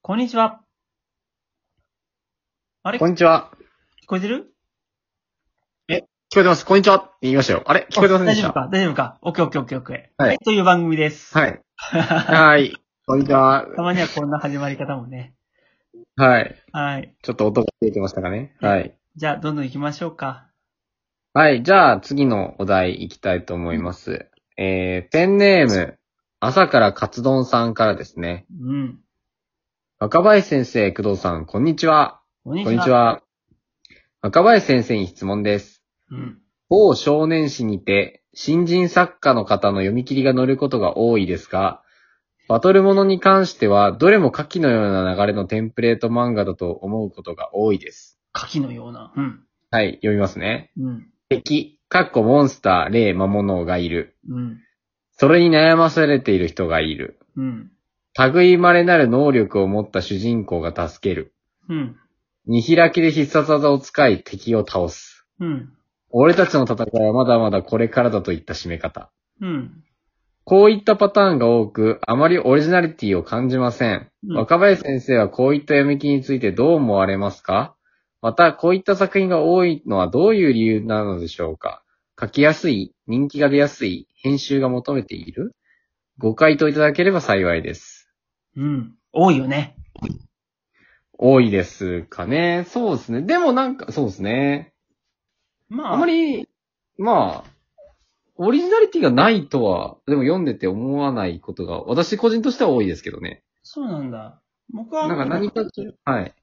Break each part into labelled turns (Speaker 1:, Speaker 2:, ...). Speaker 1: こんにちは。あれ
Speaker 2: こ
Speaker 1: 聞
Speaker 2: んにちは。
Speaker 1: こえてる
Speaker 2: 聞こえてます。こんにちは。って言いましたよ。あれ聞こえてませんで
Speaker 1: 大
Speaker 2: し
Speaker 1: 丈夫
Speaker 2: た。
Speaker 1: か大丈夫かオッケーオッケーオッケーオッケー。
Speaker 2: はい
Speaker 1: はい。という番組です。
Speaker 2: はい。 はーい。こんにちは。
Speaker 1: たまにはこんな始まり方もね。
Speaker 2: はい。
Speaker 1: はい。
Speaker 2: ちょっと音が出てましたかね。はい。
Speaker 1: じゃあ、どんどん行きましょうか。
Speaker 2: はい。じゃあ、次のお題いきたいと思います。えー、ペンネーム、朝からカツ丼さんからですね。
Speaker 1: うん。
Speaker 2: 若林先生、工藤さん、こんにちは。
Speaker 1: こんに
Speaker 2: こんにち。は。若林先生に質問です。
Speaker 1: うん。
Speaker 2: 某少年誌にて、新人作家の方の読み切りが載ることが多いですが、バトルものに関しては、どれも下記のような流れのテンプレート漫画だと思うことが多いです。
Speaker 1: 牡蠣のような。うん。
Speaker 2: はい、読みますね。
Speaker 1: うん。
Speaker 2: 敵、かっこモンスター、霊、魔物がいる。
Speaker 1: うん。
Speaker 2: それに悩まされている人がいる。
Speaker 1: うん。
Speaker 2: 類稀なる能力を持った主人公が助ける。
Speaker 1: うん。
Speaker 2: 見開きで必殺技を使い敵を倒す。
Speaker 1: うん。
Speaker 2: 俺たちの戦いはまだまだこれからだといった締め方。
Speaker 1: うん。
Speaker 2: こういったパターンが多く、あまりオリジナリティを感じません。
Speaker 1: うん
Speaker 2: 若林先生はこういった読み切りについてどう思われますかまた、こういった作品が多いのはどういう理由なのでしょうか書きやすい人気が出やすい編集が求めているご回答いただければ幸いです。
Speaker 1: うん。多いよね。
Speaker 2: 多いですかね。そうですね。でもなんか、そうですね。
Speaker 1: まあ、
Speaker 2: あまり、まあ、オリジナリティがないとは、でも読んでて思わないことが、私個人としては多いですけどね。
Speaker 1: そうなんだ。僕は、
Speaker 2: なんか何かと、はい。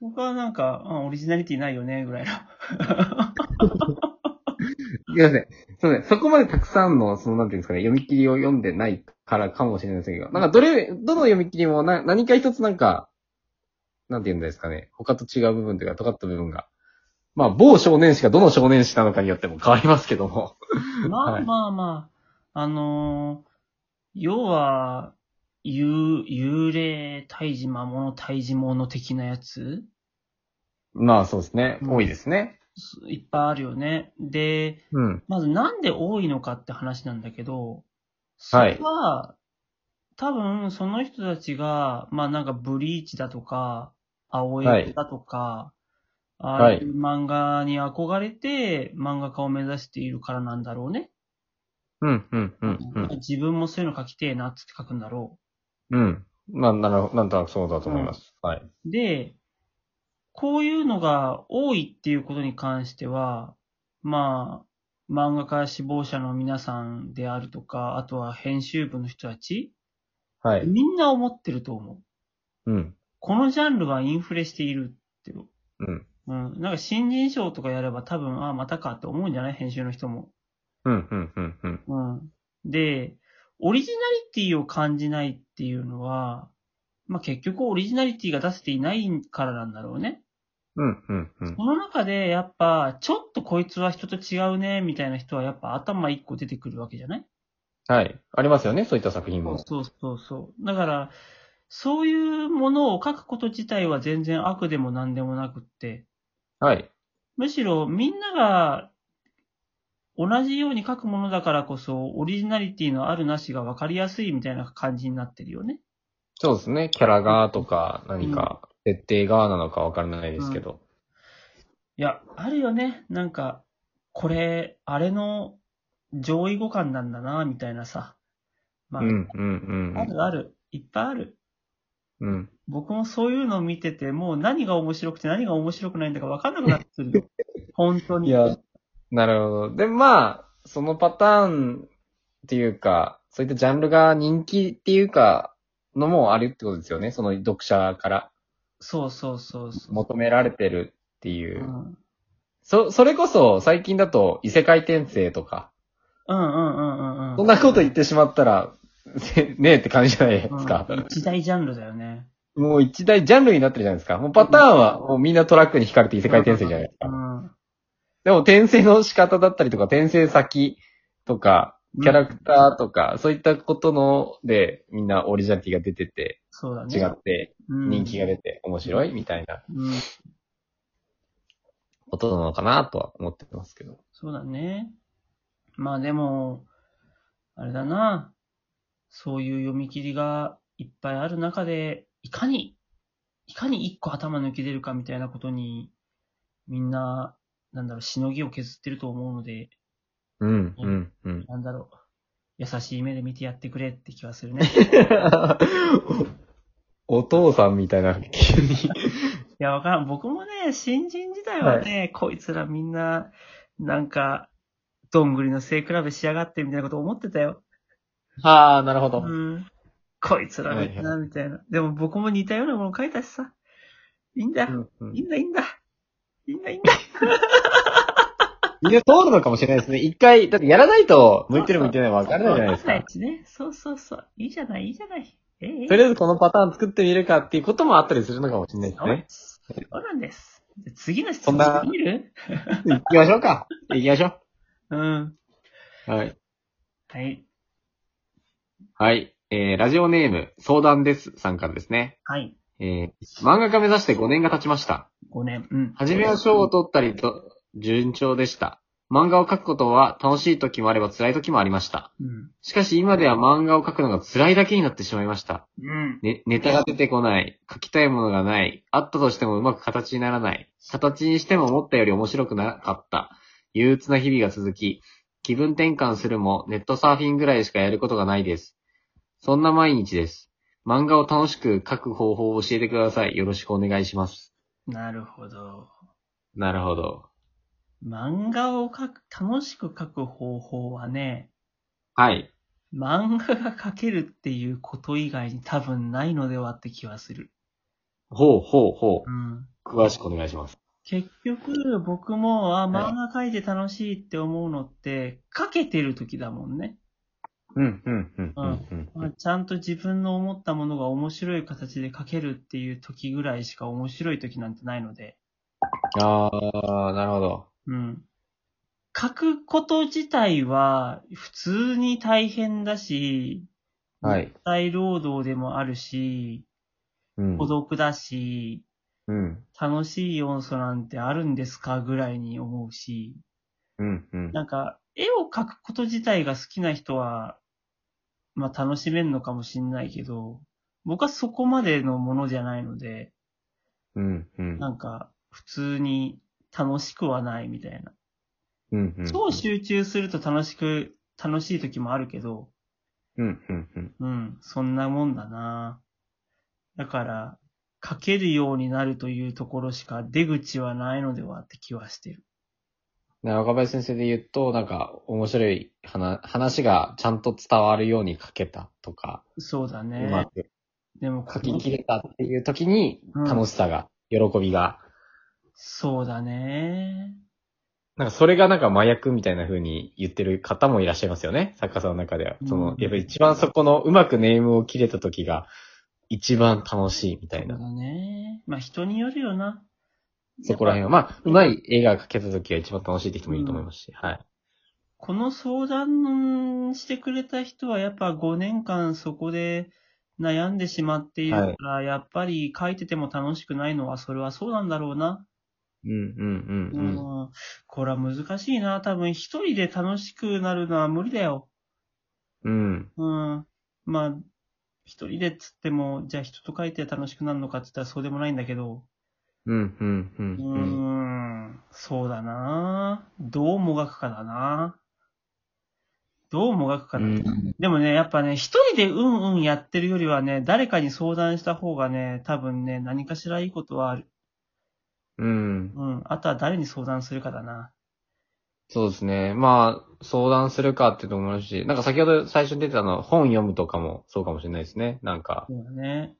Speaker 1: 僕はなんか、うんオリジナリティないよね、ぐらいの。
Speaker 2: すいません。すいません。そこまでたくさんの、その、なんていうんですかね、読み切りを読んでないからかもしれませんけど、なんかどれ、どの読み切りもな、何か一つなんか、なんていうんですかね、他と違う部分というか、尖った部分が。まあ、某少年誌かどの少年誌なのかによっても変わりますけども。
Speaker 1: ま
Speaker 2: は
Speaker 1: あ
Speaker 2: い
Speaker 1: まあまあ、あのー要は、幽幽霊退治魔物退治物的なやつ
Speaker 2: まあ、そうですね。
Speaker 1: うん
Speaker 2: 多いですね。
Speaker 1: すいっぱいあるよね。で、
Speaker 2: うん。
Speaker 1: まずなんで多いのかって話なんだけど、そ
Speaker 2: はい
Speaker 1: れは、多分その人たちが、まあなんかブリーチだとか、青
Speaker 2: は
Speaker 1: 江
Speaker 2: い
Speaker 1: だとか、
Speaker 2: い
Speaker 1: ああいう漫画に憧れて漫画家を目指しているからなんだろうね。
Speaker 2: うん、うん、うん、うん。
Speaker 1: 自分もそういうの書きてえなっつって書くんだろう。
Speaker 2: うん。まあ、なるほど、なんとなくそうだと思います。はい。
Speaker 1: で、こういうのが多いっていうことに関しては、まあ、漫画家志望者の皆さんであるとか、あとは編集部の人たち、
Speaker 2: はい。
Speaker 1: みんな思ってると思う。
Speaker 2: うん。
Speaker 1: このジャンルはインフレしているっていう。
Speaker 2: うん。
Speaker 1: うん。なんか新人賞とかやれば多分、ああ、またかって思うんじゃない編集の人も。
Speaker 2: うん、うん、うん、うん。
Speaker 1: うん。で、オリジナリティを感じないっていうのは、まあ結局オリジナリティが出せていないからなんだろうね。
Speaker 2: うん、うん、うん。
Speaker 1: その中で、やっぱ、ちょっとこいつは人と違うね、みたいな人は、やっぱ頭一個出てくるわけじゃない
Speaker 2: はい。ありますよね、そういった作品も。
Speaker 1: そうそうそう。だから、そういうものを書くこと自体は全然悪でも何でもなくって、
Speaker 2: はい。
Speaker 1: むしろみんなが同じように書くものだからこそ、オリジナリティのあるなしが分かりやすいみたいな感じになってるよね。
Speaker 2: そうですね。キャラがとか、何か、設定がなのかわからないですけど。
Speaker 1: いや、あるよね。なんか、これ、あれの上位互換なんだな、みたいなさ。ま
Speaker 2: う
Speaker 1: あ、
Speaker 2: ん、うん、
Speaker 1: あるある。いっぱいある。
Speaker 2: うん。うん。
Speaker 1: 僕もそういうのを見てて、もう何が面白くて何が面白くないんだか分かんなくなってく るよ。本当に。
Speaker 2: いや、なるほど。で、まあ、そのパターンっていうか、そういったジャンルが人気っていうか、のもあるってことですよね。その読者から
Speaker 1: そうそうそうそう。
Speaker 2: 求められてるっていうう。
Speaker 1: ん
Speaker 2: そ、それこそ最近だと異世界転生とか、
Speaker 1: うんうんうんうんうん。
Speaker 2: そんなこと言ってしまったら、 せねえって感じじゃないですか。
Speaker 1: うん一大ジャンルだよね。
Speaker 2: もう一大ジャンルになってるじゃないですか。もうパターンはもうみんなトラックに惹かれて異世界転生じゃないです
Speaker 1: う
Speaker 2: か。
Speaker 1: ん。
Speaker 2: でも転生の仕方だったりとか、転生先とか、キャラクターとか、そういったことので、みんなオリジナリティが出てて、
Speaker 1: そうだね。
Speaker 2: 違って、
Speaker 1: うん。
Speaker 2: 人気が出て面白いみたいな
Speaker 1: うん。
Speaker 2: ことなのかなとは思ってますけど。
Speaker 1: そうだね。まあでも、あれだな。そういう読み切りがいっぱいある中で、いかに、いかに一個頭抜け出るかみたいなことに、みんな、なんだろう、しのぎを削ってると思うので、
Speaker 2: うん、うん、うん。
Speaker 1: なんだろう、優しい目で見てやってくれって気はするね。
Speaker 2: お父さんみたいな、急に。
Speaker 1: いや、わからん。僕もね、新人時代はね、こいつらみんな、なんか、どんぐりの背比べしやがってみたいなこと思ってたよ。
Speaker 2: ああ、なるほど
Speaker 1: うん。こいつらみたい
Speaker 2: は
Speaker 1: な、みたいな。でも僕も似たようなもの書いたしさ。いいんだ。いいんだ、いいんだ。いいんだ、いいんだ。
Speaker 2: みんな通るのかもしれないですね。一回、だってやらないと、向いてる向いてないわからないじゃないです
Speaker 1: わん。
Speaker 2: か
Speaker 1: しね。そうそうそう。いいじゃない、いいじゃない。ええええ
Speaker 2: とりあえずこのパターン作ってみるかっていうこともあったりするのかもしれないですね。
Speaker 1: そうなんです。じゃあ次の質
Speaker 2: そん
Speaker 1: 問
Speaker 2: な
Speaker 1: 見る
Speaker 2: 行きましょうか。行きましょ
Speaker 1: うん。
Speaker 2: う。はい。
Speaker 1: はい。
Speaker 2: はい。えー、ラジオネーム、相談ですさんからですね。
Speaker 1: はい。
Speaker 2: えー、漫画家目指して5年が経ちました。
Speaker 1: 5年。うん。
Speaker 2: 初めは賞を取ったりと、順調でした。漫画を描くことは楽しい時もあれば辛い時もありました。
Speaker 1: うん。
Speaker 2: しかし今では漫画を描くのが辛いだけになってしまいました。
Speaker 1: うん。
Speaker 2: ね、ネタが出てこない。書きたいものがない。あったとしてもうまく形にならない。形にしても思ったより面白くなかった。憂鬱な日々が続き、気分転換するもネットサーフィンぐらいしかやることがないです。そんな毎日です。漫画を楽しく書く方法を教えてください。よろしくお願いします。
Speaker 1: なるほど。
Speaker 2: なるほど。
Speaker 1: 漫画を描く、楽しく描く方法はね、
Speaker 2: はい。
Speaker 1: 漫画が描けるっていうこと以外に多分ないのではって気はする。
Speaker 2: ほうほうほう
Speaker 1: う。ん。
Speaker 2: 詳しくお願いします。
Speaker 1: 結局、僕も、あ、
Speaker 2: はい
Speaker 1: 漫画描いて楽しいって思うのって、描けてる時だもんね。
Speaker 2: うん、うん、うん、
Speaker 1: うんまあ、ちゃんと自分の思ったものが面白い形で描けるっていう時ぐらいしか面白い時なんてないので、
Speaker 2: あー、なるほど。
Speaker 1: うん。書くこと自体は普通に大変だし、
Speaker 2: はい
Speaker 1: 肉体労働でもあるし、
Speaker 2: うん
Speaker 1: 孤独だし、
Speaker 2: うん、
Speaker 1: 楽しい要素なんてあるんですかぐらいに思うし、
Speaker 2: うん、うん。
Speaker 1: なんか、絵を描くこと自体が好きな人は、まあ楽しめるのかもしんないけど、僕はそこまでのものじゃないので、
Speaker 2: うん、うん。
Speaker 1: なんか、普通に楽しくはないみたいな。
Speaker 2: うんうん
Speaker 1: 超集中すると楽しく、楽しい時もあるけど、
Speaker 2: うん、うん、うん。
Speaker 1: うん、そんなもんだなだから、書けるようになるというところしか出口はないのではって気はしてる。
Speaker 2: な若林先生で言うと、なんか、面白い話、話がちゃんと伝わるように書けたとか、
Speaker 1: そうだ
Speaker 2: うま
Speaker 1: ね。
Speaker 2: く
Speaker 1: でも、
Speaker 2: 書ききれたっていう時に、
Speaker 1: うん
Speaker 2: 楽しさが、喜びが、
Speaker 1: そうだね。
Speaker 2: なんかそれがなんか麻薬みたいな風に言ってる方もいらっしゃいますよね、作家さんの中では。その
Speaker 1: う、ん
Speaker 2: やっぱり一番そこのうまくネームを切れた時が、一番楽しいみた
Speaker 1: そう
Speaker 2: い
Speaker 1: だ
Speaker 2: な。
Speaker 1: ね。まあ人によるよな。
Speaker 2: そこら辺は。まあ、うまい映画が描けた時が一番楽しいって人もいると思いますし、はい。
Speaker 1: この相談してくれた人はやっぱ5年間そこで悩んでしまっているから、やっぱり書いてても楽しくないのはそれはそうなんだろうな。
Speaker 2: うん、う
Speaker 1: う
Speaker 2: ん、うん、うん。
Speaker 1: ん。これは難しいな。多分一人で楽しくなるのは無理だよ。
Speaker 2: うん、
Speaker 1: うん。まあ、一人でっつっても、じゃあ人と書いて楽しくなるのかって言ったらそうでもないんだけど。
Speaker 2: うん、うん、う。
Speaker 1: うん
Speaker 2: うん
Speaker 1: ん。そうだな。どうもがくかだな。どうもがくかだな。でもね、やっぱね、一人でうんうんやってるよりはね、誰かに相談した方がね、多分ね、何かしらいいことはある。
Speaker 2: うん。
Speaker 1: うん。あとは誰に相談するかだな。
Speaker 2: そうですね。まあ、相談するかっていうと思うし、なんか先ほど最初に出てたの、本読むとかもそうかもしれないですね。なんか、
Speaker 1: そうだね。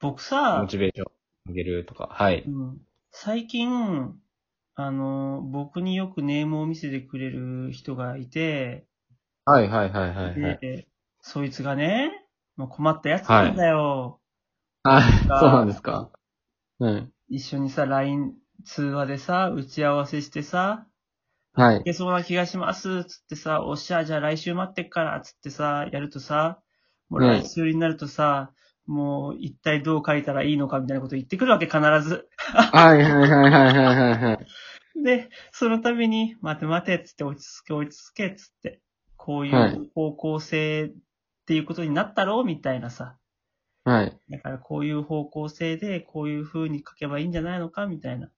Speaker 1: 僕
Speaker 2: モ
Speaker 1: さ、
Speaker 2: チベーション上げるとか。はい。
Speaker 1: うん、最近、あの、僕によくネームを見せてくれる人がいて、
Speaker 2: はいはいはいはいはい。
Speaker 1: で、そいつがね、もう困ったやつなんだよ。
Speaker 2: あ、そうなんですか。うん。
Speaker 1: 一緒にさ、LINE 通話でさ、打ち合わせしてさ、
Speaker 2: はい
Speaker 1: い。けそうな気がします、つってさ、おっしゃ、じゃあ来週待ってっから、つってさ、やるとさ、もう
Speaker 2: うん
Speaker 1: 来週になるとさ、もう一体どう書いたらいいのかみたいなこと言ってくるわけ、必ず。
Speaker 2: はいはいはいはいはいはいはい。
Speaker 1: で、そのために、待て待て、つって落ち着け落ち着け、つって、こうい
Speaker 2: はいう
Speaker 1: 方向性っていうことになったろうみたいなさ、
Speaker 2: はい。
Speaker 1: だからこういう方向性で、こういう風に書けばいいんじゃないのか、みたいな。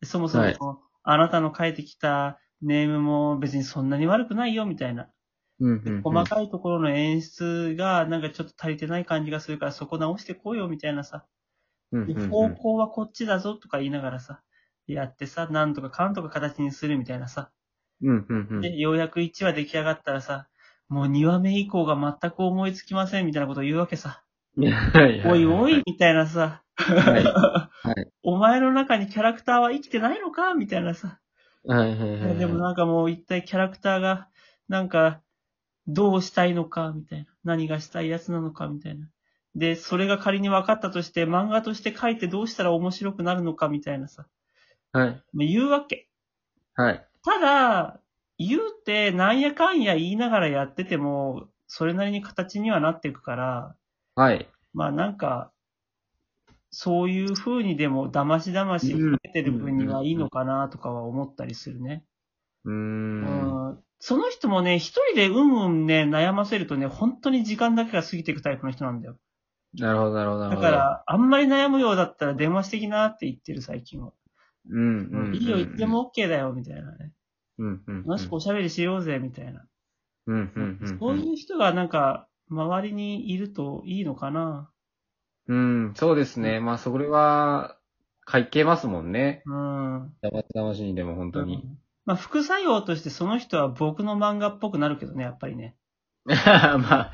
Speaker 1: でそもそも、
Speaker 2: はい
Speaker 1: あなたの書いてきたネームも別にそんなに悪くないよ、みたいな。
Speaker 2: うん
Speaker 1: で細かいところの演出がなんかちょっと足りてない感じがするからそこ直してこうよ、みたいなさ。
Speaker 2: うん
Speaker 1: で
Speaker 2: うんう
Speaker 1: 方
Speaker 2: ん
Speaker 1: 向はこっちだぞとか言いながらさ、やってさ、なんとかかんとか形にするみたいなさ。
Speaker 2: うんうんうん
Speaker 1: で、ようやく1話出来上がったらさ、もう2話目以降が全く思いつきませんみたいなことを言うわけさ。
Speaker 2: はい
Speaker 1: おいお
Speaker 2: はい
Speaker 1: みたいなさ。
Speaker 2: い。
Speaker 1: お前の中にキャラクターは生きてないのかみたいなさ。
Speaker 2: はいはいはい。
Speaker 1: でもなんかもう一体キャラクターが、なんか、どうしたいのかみたいな。何がしたいやつなのかみたいな。で、それが仮に分かったとして、漫画として書いてどうしたら面白くなるのかみたいなさ。
Speaker 2: はい。
Speaker 1: まあ言うわけ。
Speaker 2: はい。
Speaker 1: ただ、言うて、なんやかんや言いながらやってても、それなりに形にはなっていくから、
Speaker 2: はい。
Speaker 1: まあなんか、そういう風にでも、だましだまし受けてる分にはいいのかなとかは思ったりするね。
Speaker 2: うー。
Speaker 1: うんん。その人もね、一人でうんうんね、悩ませるとね、本当に時間だけが過ぎていくタイプの人なんだよ。
Speaker 2: なるほど、なるほど、なる
Speaker 1: だ
Speaker 2: ほど。
Speaker 1: から、あんまり悩むようだったら電話してきなって言ってる最近は。
Speaker 2: うん、うん。うん
Speaker 1: いいよ、言って。も OK だよ、みたいなね。
Speaker 2: うん、うん。
Speaker 1: 楽しくおしゃべりしようぜ、みたいな。
Speaker 2: うん、うん、うん。
Speaker 1: そういう人がなんか、周りにいるといいのかな。
Speaker 2: うん、そうですね。まあ、それは、書けますもんね。
Speaker 1: うん。
Speaker 2: だましだましにでも、本当に
Speaker 1: う。んまあ、副作用としてその人は僕の漫画っぽくなるけどね、やっぱりね。
Speaker 2: まあ、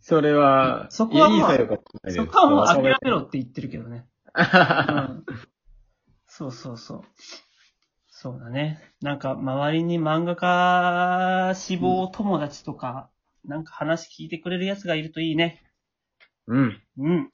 Speaker 2: それは、
Speaker 1: そこはもう
Speaker 2: いい作用かもしれないです
Speaker 1: そこはもう諦めろって言ってるけどね。うん。そうそうそう。そうだね。なんか、周りに漫画家志望友達とか、なんか話聞いてくれるやつがいるといいね。
Speaker 2: うん。
Speaker 1: うん。